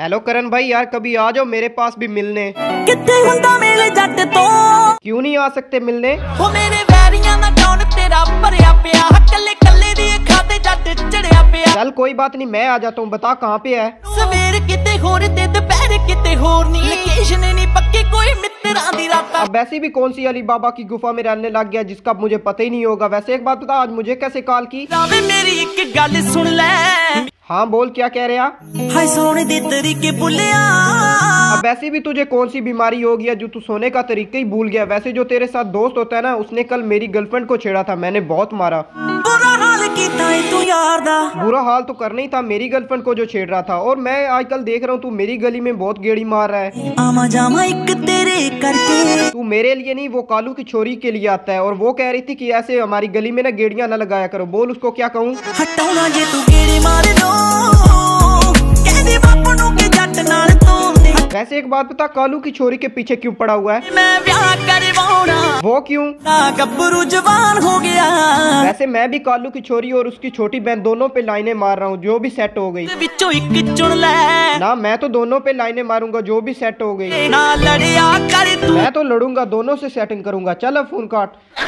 hello Karan भाई यार कभी आ जाओ मेरे पास भी मिलने ਕਿੱਥੇ ਹੁੰਦਾ ਮੇਲੇ ਜੱਟ ਤੋਂ क्यों नहीं आ सकते मिलने ਉਹ ਮੇਰੇ ਵੈਰੀਆਂ ਦਾ ਟੌਣ ਤੇਰਾ ਭਰਿਆ ਪਿਆ ਕੱਲੇ ਕੱਲੇ ਦੀ ਅੱਖਾਂ ਤੇ ਜੱਟ ਚੜਿਆ ਪਿਆ चल कोई बात नहीं मैं आ जाता हूँ बता कहाँ पे है ਸਵੇਰ ਕਿਤੇ ਹੋਰ ਤੇ ਦੁਪਹਿਰ ਕਿਤੇ ਹੋਰ ਨਹੀਂ ਲੋਕੇਸ਼ਨ ਨਹੀਂ ਪੱਕੀ ਕੋਈ ਮਿੱਤਰਾਂ ਦੀ ਰਾਤਾਂ अब वैसे भी कौन सी अली बाबा की गुफा में रहने लग गया जिसका मुझे पता ही नहीं होगा वैसे एक बात बता आज मुझे कैसे कॉल की ਰਾਵੇ ਮੇਰੀ ਇੱਕ ਗੱਲ ਸੁਣ ਲੈ हाँ बोल क्या कह रहा ਹਾਏ ਸੋਹਣੇ ਦੇ ਤਰੀਕੇ ਭੁੱਲਿਆ अब वैसे भी तुझे कौन सी बीमारी हो गया जो तू सोने का तरीका ही भूल गया वैसे जो तेरे साथ दोस्त होता है ना उसने कल मेरी गर्लफ्रेंड को छेड़ा था मैंने बहुत मारा ਬੁਰਾ ਹਾਲ ਕੀਤਾ ਏ ਤੂੰ ਯਾਰ ਦਾ बुरा हाल तो करना ही था मेरी गर्लफ्रेंड को जो छेड़ रहा था और मैं आजकल देख रहा हूँ तू मेरी गली में बहुत गेड़ी मार रहा है ਆਵਾਂ ਜਾਵਾਂ ਇੱਕ ਤੇਰੇ ਕਰਕੇ तू मेरे लिए नहीं वो कालू की छोरी के लिए आता है और वो कह रही थी कि ऐसे हमारी गली में ना गेड़ियां ना लगाया करो बोल उसको क्या कहूँ ਹਟਾਉਣਾ ਜੇ ਤੂੰ ਗੇੜੇ ਮਾਰ ਲੋ ਕਹਿੰਦੀ ਬਾਪੂ ਨੂੰ ਕਿ ਜੱਟ ਨਾਲ ਤੋਲਦੇ वैसे एक बात बता कालू की छोरी के पीछे क्यों पड़ा हुआ है ਮੈਂ ਵਿਆਹ ਕਰਵਾਉਣਾ वो क्यों ਤਾਂ ਗੱਭਰੂ ਜਵਾਨ ਹੋ ਗਿਆ वैसे मैं भी कालू की छोरी और उसकी छोटी बहन दोनों पे लाइनें मार रहा हूँ जो भी सेट हो गई ਤੇ ਵਿੱਚੋਂ ਇੱਕ ਚੁਣ ਲੈ ना मैं तो दोनों पे लाइनें मारूंगा जो भी सेट हो गई ਨਾ ਲੜਿਆ ਕਰ ਤੂੰ मैं तो लड़ूंगा दोनों से सेटिंग करूंगा चल अब फोन काट